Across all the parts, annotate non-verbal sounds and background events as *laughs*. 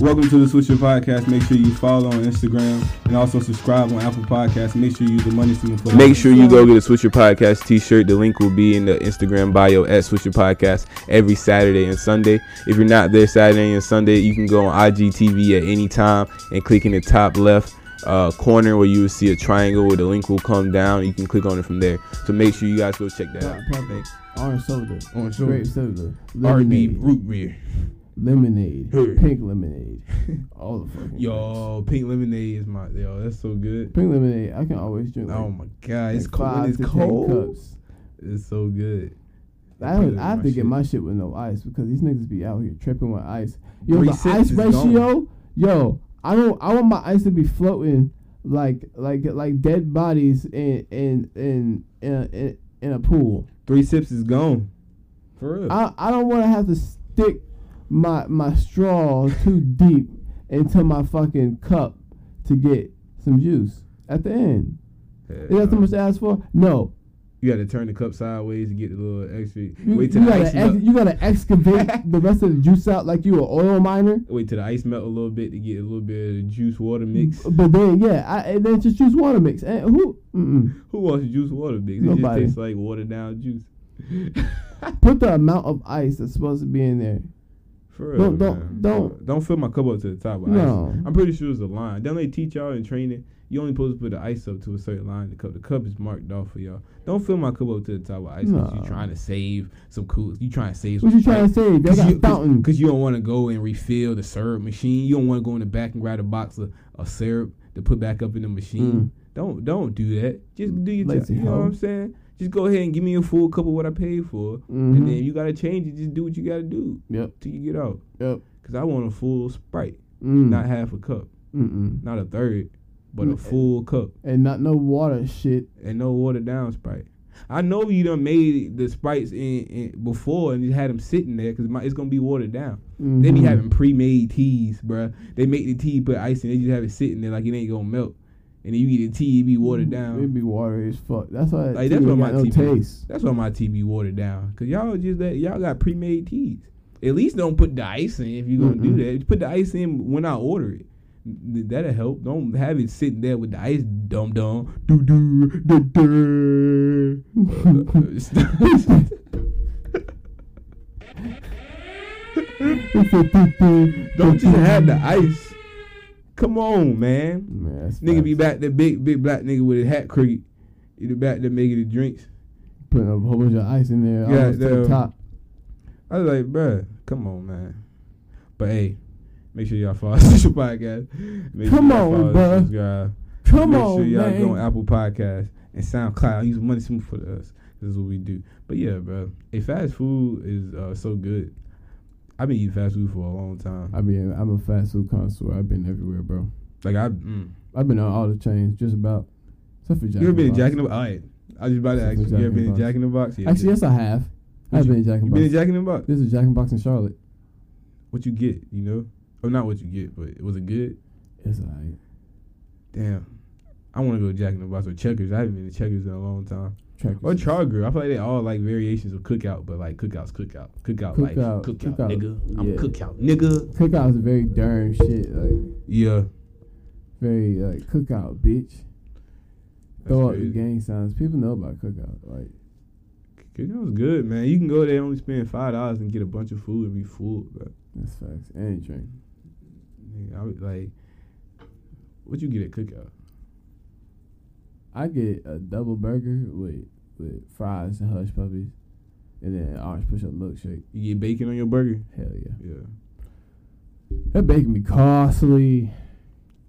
Welcome to the Switcher Podcast. Make sure you follow on Instagram and also subscribe on Apple Podcasts. Make sure you use the money soon for Make sure you go get a Switcher Podcast t-shirt. The link will be in the Instagram bio at Switcher Podcast every Saturday and Sunday. If you're not there Saturday and Sunday, you can go on IGTV at any time and click in the top left uh, corner where you will see a triangle where the link will come down. You can click on it from there. So make sure you guys go check that out. Perfect. Orange soda. Orange soda. Grape soda. RB Lemonade. root beer. Lemonade. Hey. Pink *laughs* lemonade. All the fucking. things. Yo, pink lemonade is my yo. That's so good. Pink lemonade. I can always drink. Like, Oh my god, it's like cold. Five when It's to Ten cold. cups. It's so good. I, would, Pink I have lemonade, to my get my shit with no ice because these niggas be out here tripping with ice. Yo, Three the sips ice is ratio. Yo, I don't. I want my ice to be floating like like like dead bodies in in in in a, in, in a pool. Three sips is gone. For real. I, I don't want to have to stick my my straw too deep into my fucking cup to get some juice at the end. Is Hell that too no. much to ask for? No. You gotta turn the cup sideways to get the little extra. You, wait you till the gotta ice ex- melt. you gotta excavate the rest of the juice out like you an oil miner. Wait till the ice melt a little bit to get a little bit of the juice water mix. But then yeah, I, and then just juice water mix. And who mm-mm. Who wants juice water mix? It Nobody. just tastes like watered down juice. put the amount of ice that's supposed to be in there? For real, Don't- don't- man. don't- don't fill my cup up to the top. Of No. ice. I'm pretty sure it's a line. Don't they teach y'all in training? You only supposed to put the ice up to a certain line. The cup, the cup is marked off for y'all. Don't fill my cup up to the top of ice. 'cause No. you trying to save some cool. You trying to save. What some you trying to save? They got you, a fountain. Cause you don't want to go and refill the syrup machine. You don't want to go in the back and grab a box of, of syrup to put back up in the Mm. machine. Don't don't do that. Just do your job. Lazy You know what hoe. I'm saying? Just go ahead and give me a full cup of what I paid for, Mhm. and then if you gotta change it. Just do what you gotta do Yep. till you get out. Yep. Cause I want a full Sprite, Mm. not half a cup, Mm-mm. not a third, but a Mm. full cup Mm-hmm. And not no water shit. and no watered down Sprite. I know you done made the sprites in, in before and you had them sitting there because it's gonna be watered down. They be Mhm. having pre-made teas, bruh. They make the tea, put ice in, it, they just have it sitting there like it ain't gonna melt. And then you get the tea, it be watered It'd down. Mm-hmm. be watery as fuck. That's why. Like that's tea why ain't my got no tea. be- taste. That's why my tea be watered down. Cause y'all just that y'all got pre-made teas. At least don't put the ice in if you're gonna do Mm-mm. that. Put the ice in when I order it. Th- That'll help. Don't have it sitting there with the ice dum dum do do do do. *laughs* Don't just have the ice. Come on, man. Man, that's Nigga be facts. back there, big big black nigga with a hat creek. You the back there making the drinks. putting a whole bunch of ice in there. Yeah, Yeah, almost to the- the top. I was like, bruh, come on, man. But hey, make sure y'all follow *laughs* social podcast. Make Come y'all on, follow, bruh. subscribe. Come make on, sure y'all man. go on Apple Podcasts and SoundCloud. Use money smooth for us. This is what we do. But yeah, bruh. Hey, fast food is uh, so good. I've been eating fast food for a long time. I mean, I'm a fast food connoisseur. I've been everywhere, bro. Like I, mm. I've been on all the chains, just about. Except for Jack. you ever in been in the Box. Jack in the Box? All right, I was just about to ask. Except for You Jack ever in been in the Box. Jack in the Box? Yeah, Actually, yes, I have. What I've you- been in Jack you and been in Box. Jack in the Box? This is Jack and Box in Charlotte. What you get, you know? Or not what you get, but was it good? It's alright. Damn. I want to go to Jack in the Box or Checkers. I haven't been to Checkers in a long time. Trackers. Or Charger. I feel like they all like variations of cookout, but like cookouts, cookout, cookout, life, Cookout, cookout, cookout, nigga. I'm yeah. cookout, nigga. Cookout is very darn shit. Like Yeah. very like cookout, bitch. Throw out the crazy. gang signs. People know about cookout. Like Cookout's good, man. You can go there, only spend five dollars and get a bunch of food and be full. But that's facts. And drink. nigga, I would like, what you get at cookout? I get a double burger with with fries and hush puppies, and then an orange push up milkshake. You get bacon on your burger? Hell yeah, Yeah. that bacon be costly.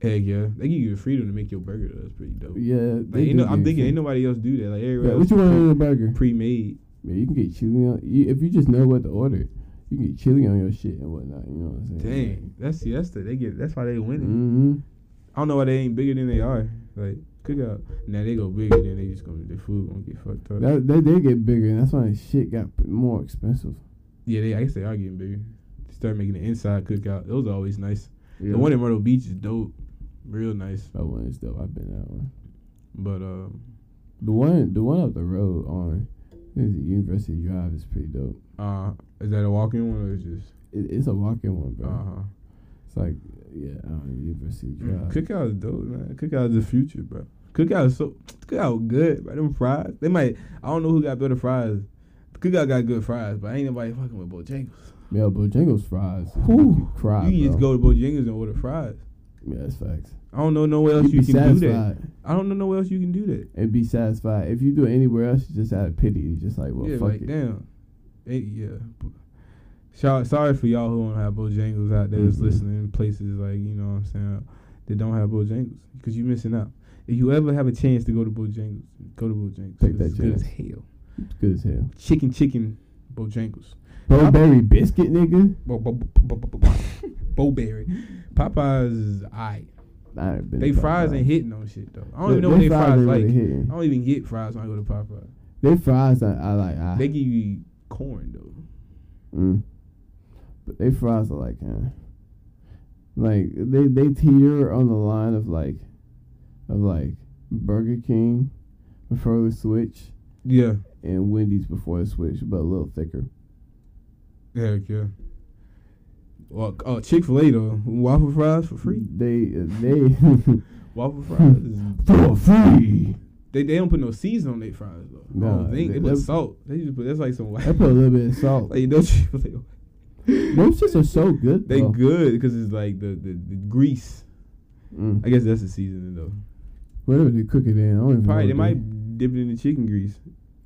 Heck yeah. They give you the freedom to make your burger. though. That's pretty dope. Yeah, Like, ain't no, do I'm give thinking, you- ain't nobody else do that. Like everywhere Yeah, else, what you want in a *laughs* burger? pre-made. Man, you can get chili on you, if you just know what to order. You can get chili on your shit and whatnot. You know what I'm saying? Dang, that's that's the, they get. That's why they winning. Mm-hmm. I don't know why they ain't bigger than they are. Like cookout. Now they go bigger than they just gonna the food gonna get fucked up. That, they did get bigger, and that's why the shit got p- more expensive. yeah, they, I guess they are getting bigger. Start making the inside cookout. Those are always nice. The one in Myrtle Beach is dope, real nice. that one is dope. I've been that one. But um, The one, the one up the road on is University Drive is pretty dope. uh, is that a walk-in one or is just It, it's a walk-in one, uh bro. huh? It's like, yeah, I don't know, university Mm, drive. Cookout is dope, man. Cookout is the future, bro. Cookout is so cookout good, bro. Them fries, they might. I don't know who got better fries. Cookout got good fries, but ain't nobody fucking with Bojangles. Yeah, Bojangles fries. Whew. You cry, you can bro. just go to Bojangles and order fries. Yeah, that's facts. I don't know nowhere else You'd you, be can do that. satisfied I don't know nowhere else you can do that. and be satisfied. If you do it anywhere else, you just out of pity. You just like, well, yeah, fuck like it. damn. It- yeah. Shout, sorry for y'all who don't have Bojangles out there that's Mhm. listening. Places like you know what I'm saying that don't have Bojangles because you're missing out. If you ever have a chance to go to Bojangles, go to Bojangles. Take It's that good as chance. hell. It's good as hell. Chicken, chicken, Bojangles. Bowberry biscuit, nigga. Bo- bo- bo- bo- bo- *laughs* bo- Bowberry. Popeyes is aight. I ain't been They to fries Popeyes. ain't hitting on shit though. I don't They- even know what they fries ain't like. really I hitting. don't even get fries when I go to Popeyes. They fries, I, I like. I, They give you corn though. Mm. But they fries are like, eh. like they they teeter on the line of like, of like Burger King before the switch Yeah. and Wendy's before the switch, but a little thicker. Heck yeah. Well, oh, Chick Fil A though, waffle fries for free. They uh, they *laughs* Waffle fries, is- for free. they they don't put no season on their fries though. No, Nah, they, they they- put that's- salt. They just put that's like some I put a *laughs* little bit of salt. like no Chick Fil A. Those shits are so good. *laughs* They though. good because it's like the, the the grease. Mm. I guess that's the seasoning though. Whatever they cook it in, I don't even Probably they know. what might dip it in the chicken grease.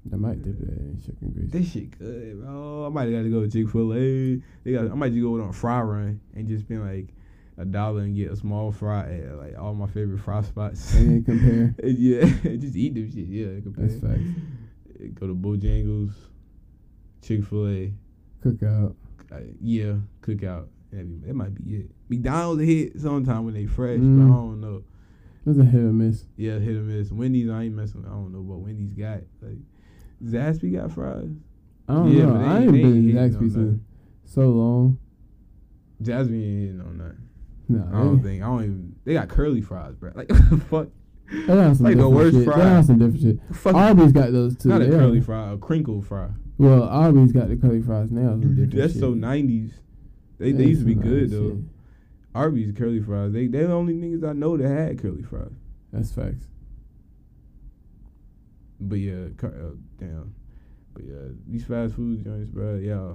They might dip it in chicken grease. This shit good, bro. I might have to go to Chick Fil A. They got. I might just go on a fry run and just spend like a dollar and get a small fry at like all my favorite fry spots. *laughs* And then compare. yeah, just eat them shit. Yeah, compare. That's facts. Go to Bojangles, Chick Fil A. Cookout. Uh, yeah, cookout. That'd be- That might be it. McDonald's a hit sometime when they fresh, but Mm. I don't know. That's a hit or miss. Yeah, hit or miss. Wendy's, I ain't messing. with. I don't know, but Wendy's got like Zaxby got fries. I don't Yeah, but know. they I ain't- ain't they ain't been to hitting on Zaxby's in nothing. so long. Zaxby ain't hitting on nothing. No, I don't they, think. I don't even. They got curly fries, bro. Like *laughs* fuck, they got some like the different worst shit. fry. They got some different shit. fuck. Arby's got those too. not a They curly are- fry, a crinkle fry. Well, Arby's got the curly fries now. Some different That's shit. so nineties. They That they is used to be some good nice though. shit. Arby's curly fries. They they the only niggas I know that had curly fries. That's facts. But yeah, cur- uh, damn. But yeah, these fast food joints, bro. Yeah,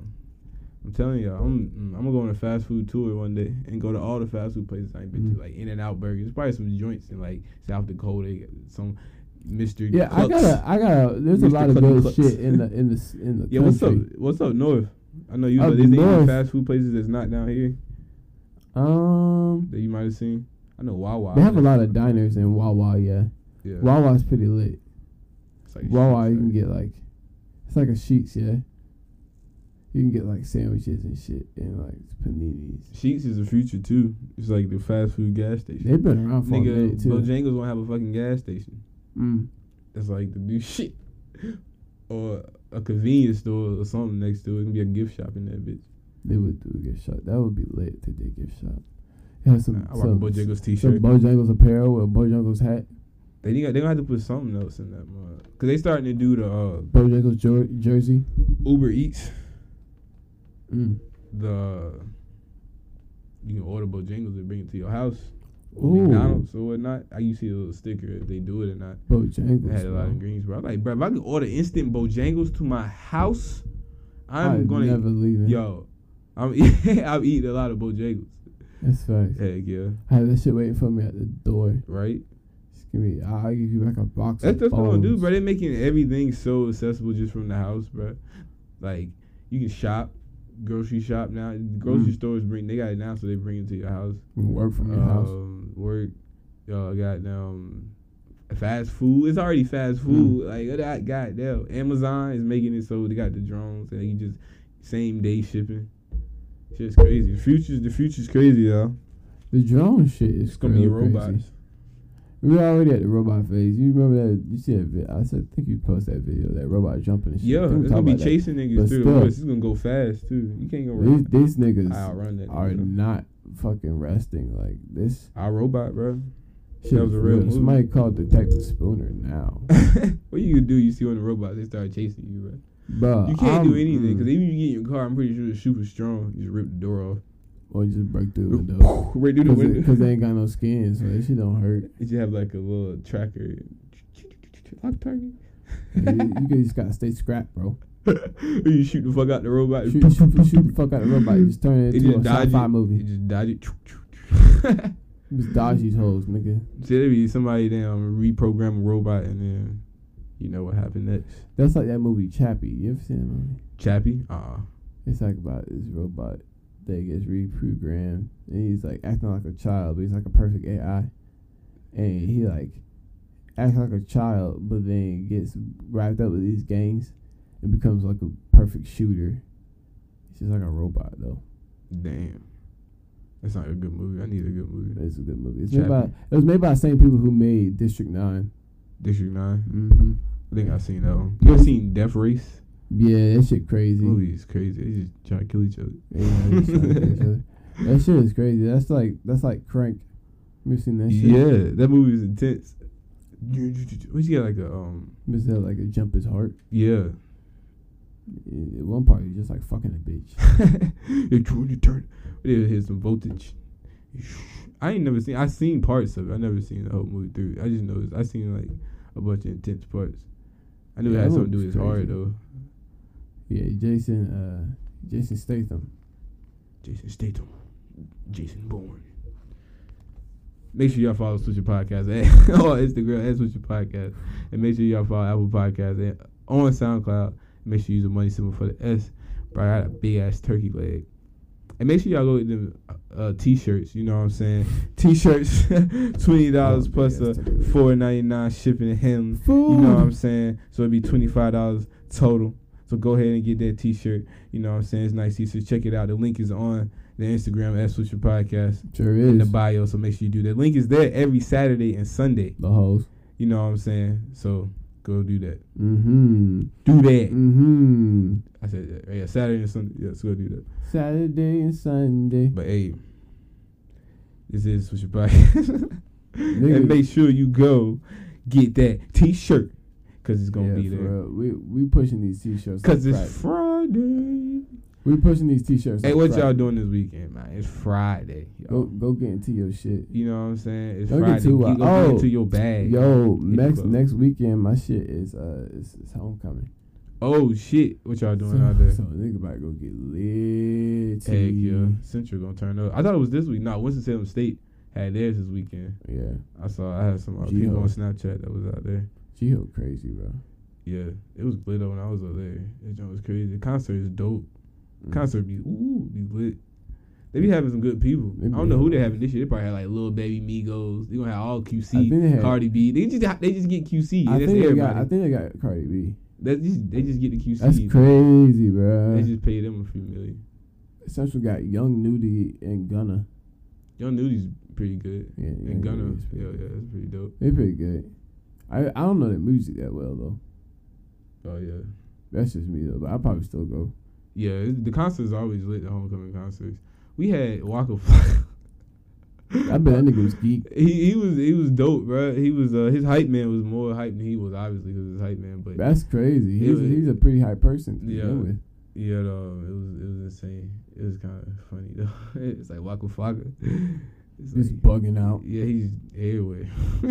I'm telling y'all, I'm mm, I'm gonna go on a fast food tour one day and go to all the fast food places I've been Mhm. to, like In and Out Burger. There's probably some joints in like South Dakota, they got some Mister. Yeah, I got to I got to There's a Mr. lot of Clucky good Clucks. shit in the in the s- in the Yeah, country. what's up? What's up north? I know you. Up Know, there's any north. fast food places that's not down here Um, that you might have seen. I know Wawa. they have a lot of diners in Wawa. Yeah, Yeah. Wawa's pretty lit. It's like Wawa, shit, you it's like- can get like it's like a sheets. Yeah, you can get like sandwiches and shit and like paninis. Sheets is the future too. It's like the fast food gas station. They've been around for a Nigga, minute too. Bojangles won't have a fucking gas station. Mm. That's like the new *laughs* shit. Or a convenience store or something next to it. It can be a gift shop in that bitch. They would do a gift shop. That would be lit to do a gift shop. They have some, Nah, I rock a some, Bojangles some t-shirt. Bojangles apparel with a Bojangles hat, They they, they gonna have to put something else in that mug. Cause they starting to do the uh, Bojangles jer- jersey. Uber Eats. Mm. The you can order Bojangles and bring it to your house. Or Ooh. McDonald's or whatnot. I used to see a little sticker if they do it or not. Bojangles. I had a lot bro. of greens, bro. I'm like, bro, if I could order instant Bojangles to my house, I'm I'd gonna never leaving. Yo, I'm *laughs* I've eaten a lot of Bojangles. That's facts. Heck yeah, I had that shit waiting for me at the door. right. Just give me. I'll give you back a box. That's of that's what I'm gonna do, bones. bro. They're making everything so accessible just from the house, bro. Like you can shop, grocery shop now. Grocery Mm. stores bring they got it now, so they bring it to your house. You can work from your house. Um, work, y'all got um, fast food. It's already fast Hmm. food. Like that, goddamn. Amazon is making it so they got the drones and you just same day shipping. Shit's crazy. The future's the future's crazy, y'all. The drone shit is It's gonna be really robots. Crazy. We were already at the robot phase. You remember that? You see that? Vi- I said, I think you posted that video. That robot jumping and shit. Yeah, I think we it's talked gonna be about that. chasing niggas But through the still- woods. It's gonna go fast too. You can't go These, run. these niggas I'll run that. are nigga. not fucking resting. Like this Our robot, bro. shit That was is a real movie. Somebody called Detective Spooner *laughs* now, what you gonna do? You see one of the robots, they start chasing you, bro. bro. You can't do Uh, I'm- anything because mm. even you get in your car, I'm pretty sure the super strong. You just rip the door off. or just break through the window. *laughs* right through the window. Because they ain't got no skin, so that shit *laughs* don't hurt. Did you have like a little tracker? Lock target. *laughs* Like, you, you just gotta stay scrapped, bro. you shoot the fuck out the robot. Shoot, shoot, shoot the fuck out of the robot. You just turn it It into a just dodge sci-fi it. movie. You just dodge it. *laughs* You just dodge these hoes, nigga. See, there be somebody damn reprogram a robot and then you know what happened next. That's like that movie Chappie. You ever seen that movie? Chappie? Uh It's like about this robot that gets reprogrammed and he's like acting like a child, but he's like a perfect AI. And he like acts like a child, but then gets wrapped up with these gangs and becomes like a perfect shooter. It's just like a robot though. damn. That's not a good movie. I need a good movie. It's a good movie. It's Chappie. made by, it was made by the same people who made District 9 District Nine. Mm-hmm. I think I've seen that one. You ever seen Death Race? Yeah, that shit crazy. That movie is crazy. They just try to kill each other. Yeah, it's like that shit. That shit is crazy. That's like that's like crank. You seen that shit? Yeah, that movie was intense. What you got like a um Miss that like a jump his heart. yeah. Yeah, At one part, you're just like fucking a bitch. you turn, you turn. They hit some voltage. I ain't never seen. I seen parts of it. I never seen the whole movie through. I just know I seen like a bunch of intense parts. I knew Yeah, it had that something to do with was his heart crazy. though. Yeah, Jason, uh, Jason Statham. Jason Statham, Jason Bourne. Make sure y'all follow Switcher Podcast at *laughs* on Instagram at Switcher Podcast, and make sure y'all follow Apple Podcast and on SoundCloud. Make sure you use the money symbol for the S. Bro, I got a big ass turkey leg. And make sure y'all go get them uh, t-shirts. You know what I'm saying? T-shirts, *laughs* twenty dollars Oh, plus big a ass turkey leg. four ninety nine shipping and handling. You know what I'm saying? So it'd be twenty five dollars total. So go ahead and get that t shirt. You know what I'm saying? It's nice t shirt. Check it out. The link is on the Instagram at Switcher Podcast Sure in the is. The, bio. So make sure you do that. Link is there every Saturday and Sunday. hoes. You know what I'm saying? So go do that. Mm-hmm. Do that. Mm-hmm. I said that. right? Yeah, Saturday and Sunday. Yeah, so go do that. Saturday and Sunday. But hey, this is Switcher Podcast. *laughs* and *laughs* make sure you go get that t shirt because it's going yeah, to be for there. real. We we pushing these t-shirts. Because like it's Friday. Friday. we pushing these t-shirts. Hey, like what Friday. y'all doing this weekend, man? It's Friday. Go Yo. go get into your shit. You know what I'm saying? It's Don't get Friday. Get- too wild. go get Oh, into your bag. Yo, Hit the next club. next weekend, my shit is uh, it's, it's homecoming. Oh shit, what y'all doing so, out there? So nigga about to go get lit. Heck yeah, Central gonna turn up. I thought it was this week. No, Winston Salem State had theirs this weekend. Yeah. I saw. I had some uh, Gee, people huh? on Snapchat that was out there. G Ho crazy, bro. Yeah, it was lit up when I was out there. That joint was crazy. The concert is dope. Concert be ooh be lit. They be having some good people. They I don't be know who they having- having this year. They probably had like little baby Migos. They gonna have all I think they QC, had- Cardi B. They just they just get QC. I That's think they everybody. got. I think they got Cardi B. That's just, they just get the QC. That's crazy, bro. They just pay them a few million. Central got Young Nudie and Gunna. Young Nudi's pretty good. Yeah, Young and Gunna, Nudi's pretty yeah, yeah, good. that's pretty dope. They pretty good. I I don't know their music that well though. Oh yeah, That's just me though. But I probably still go. yeah. it- The concerts always lit. The homecoming concerts. We had Waka. Flocka. I bet that nigga was geek. *laughs* He he was he was dope, bro. He was uh, his hype man was more hype than he was obviously because his hype man. But That's crazy. It He's was- he's a pretty high person. To Yeah. begin with. yeah, though, uh, it was it was insane. It was kind of funny though. *laughs* it's like Waka Flocka. It's Just like- bugging *laughs* out. Yeah, he's everywhere. *laughs*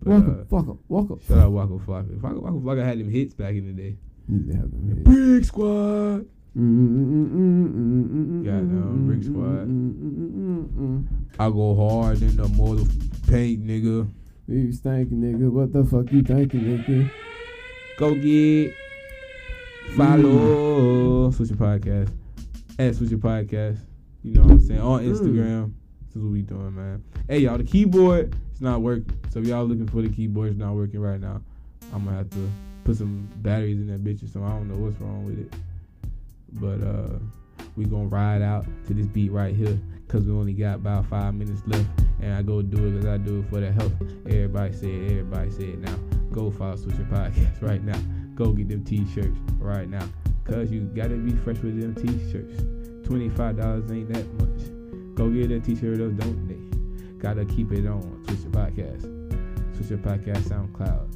but, Walk uh, up, walk up, walk up. *laughs* Shout out Waka Flocka. Waka, Waka Flocka had them hits back in the day. Goddamn, Big Squad. Mm, Goddamn, Brick Squad. mm, I go hard in the mother paint, nigga. You thinking, nigga? What the fuck you thinking, nigga? Go get follow Switch Your Podcast at Switch Your Podcast. You know what I'm saying on Mm. Instagram. This is what we doing, man. Hey y'all, the keyboard it's not working. So if y'all looking for the keyboard, it's not working right now. I'm gonna have to put some batteries in that bitch or something. I don't know what's wrong with it, but uh, we gonna ride out to this beat right here because we only got about five minutes left. And I go do it because I do it for the help. Everybody say it. Everybody say it now. Go file switching podcast *laughs* right now. Go get them t-shirts right now. Cause you gotta be fresh with them t-shirts. $25 ain't that much. Go get a t-shirt of don't they? Gotta keep it on. Switch your podcast. Switch your podcast SoundCloud.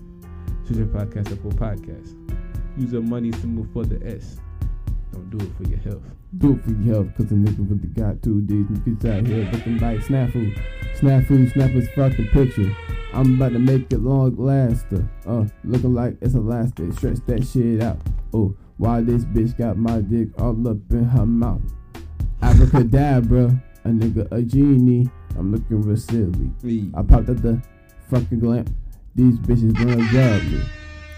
Switch your podcast Apple Podcast. Use a money symbol for the S. Don't do it for your health. Do it for your health, cause a nigga really got two D's and gets out here looking like snafu. Snafu, snap his fucking picture. I'm about to make it long laster. Uh, looking like it's elastic. Stretch that shit out. Oh, why this bitch got my dick all up in her mouth? Abracadabra, a nigga a genie. I'm looking real silly. Me. I popped out the fucking glamp. These bitches gonna grab me.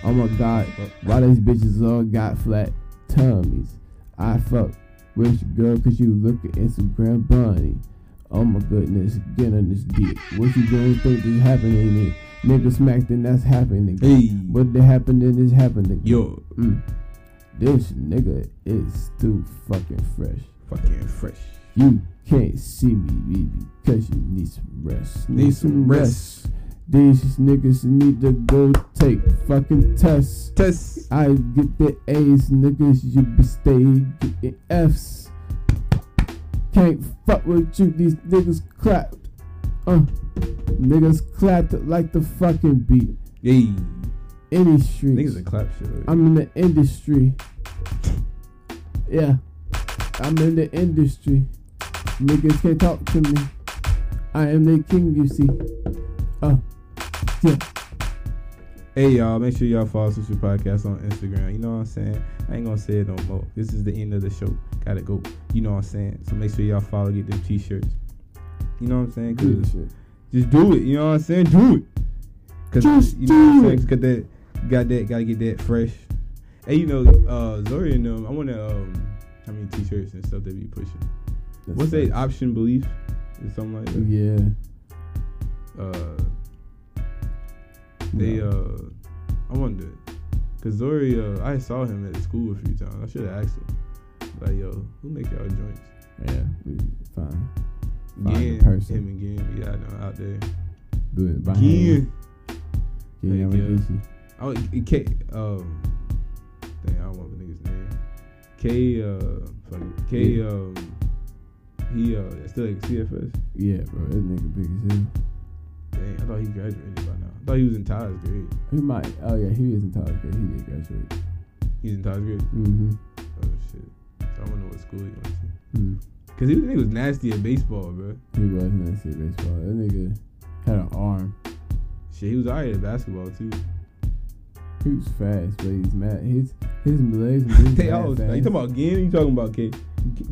Oh my god, why these bitches all got flat tummies? I fuck rich girl cause you look at Instagram bunny. Oh my goodness, get on this dick. What you gonna think is happening? It? Nigga smacked and that's happening. Hey. What that happened then is happening. Yo, Mm. This nigga is too fucking fresh. fucking fresh. You can't see me baby, because you need some rest. Need some rest. These niggas need to go take fucking tests. Test. I get the A's, niggas, you be staying getting F's. Can't fuck with you, these niggas clapped. Uh, niggas clapped like the fucking beat. Hey. Any street. Niggas a clap shit. right? I'm in the industry. Yeah, I'm in the industry. Niggas can't talk to me. I am the king, you see. Oh, yeah. Hey y'all, make sure y'all follow Sushi Podcast on Instagram. You know what I'm saying? I ain't gonna say it no more. This is the end of the show. Gotta go. You know what I'm saying? So make sure y'all follow, get them t-shirts. You know what I'm saying? Do the Cause shit. just do it. You know what I'm saying? Do it. Cause Just you know do what I'm saying? Cause that got that gotta get that fresh. Hey, you know, uh Zori and them, I wanna um how many t-shirts and stuff they be pushing. That's What's uh, it? that option belief? Or something like that. Yeah. Uh They No. uh, I wonder, cause Zori uh, I saw him at the school a few times. I should have asked him, like, yo, who make y'all joints? yeah. We fine. Find the Again, person. him again, yeah, I know out there. Do it by hand. Again, Yeah, Thank yeah. you. oh, K, um, dang, I don't want the nigga's name. K, uh, fuck it, K, Yeah. um, he uh, still at CFS. yeah, bro. This nigga big as hell. Dang, I thought he graduated by now. I thought he was in Ty's grade. He might. Oh yeah, he is in college, but he did graduate. He's in Ty's grade. Mm-hmm. Oh shit, so I don't know what school he went to. Mm. Cause he, was- he was nasty at baseball, bro. He was in shit baseball. That nigga had an arm. Shit, he was alright at basketball *laughs* too. He was fast, but he's mad. His his legs *laughs* and moves They mad all was fast. fast. You talking about Ginn? You talking about K?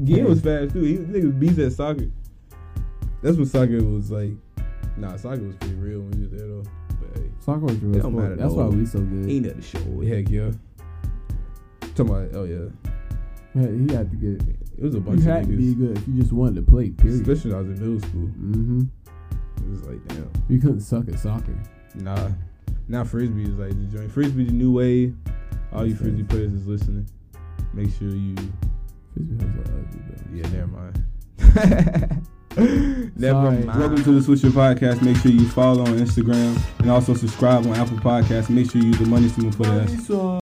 Ginn was fast too. He niggas was beast at soccer. That's when soccer was like. Nah, soccer was pretty real when we was there though. But hey, Soccer was real It don't sport. matter, That's though. why we so good. ain't that the show? Heck yeah. Talking about oh yeah, Yeah, he had to get. it was a You bunch of had to be niggas. good if you just wanted to play. Period. Especially when I was in middle school, Mm-hmm. it was like damn. You couldn't suck at soccer. Nah, now frisbee is like the joint. Frisbee the new way. All you That's frisbee crazy. players is listening. Make sure you. Frisbee hoes are ugly, bro. Yeah, never mind. Never Sorry. mind. Welcome to the Switcher Podcast. Make sure you follow on Instagram and also subscribe on Apple Podcasts. Make sure you use the money stream for that.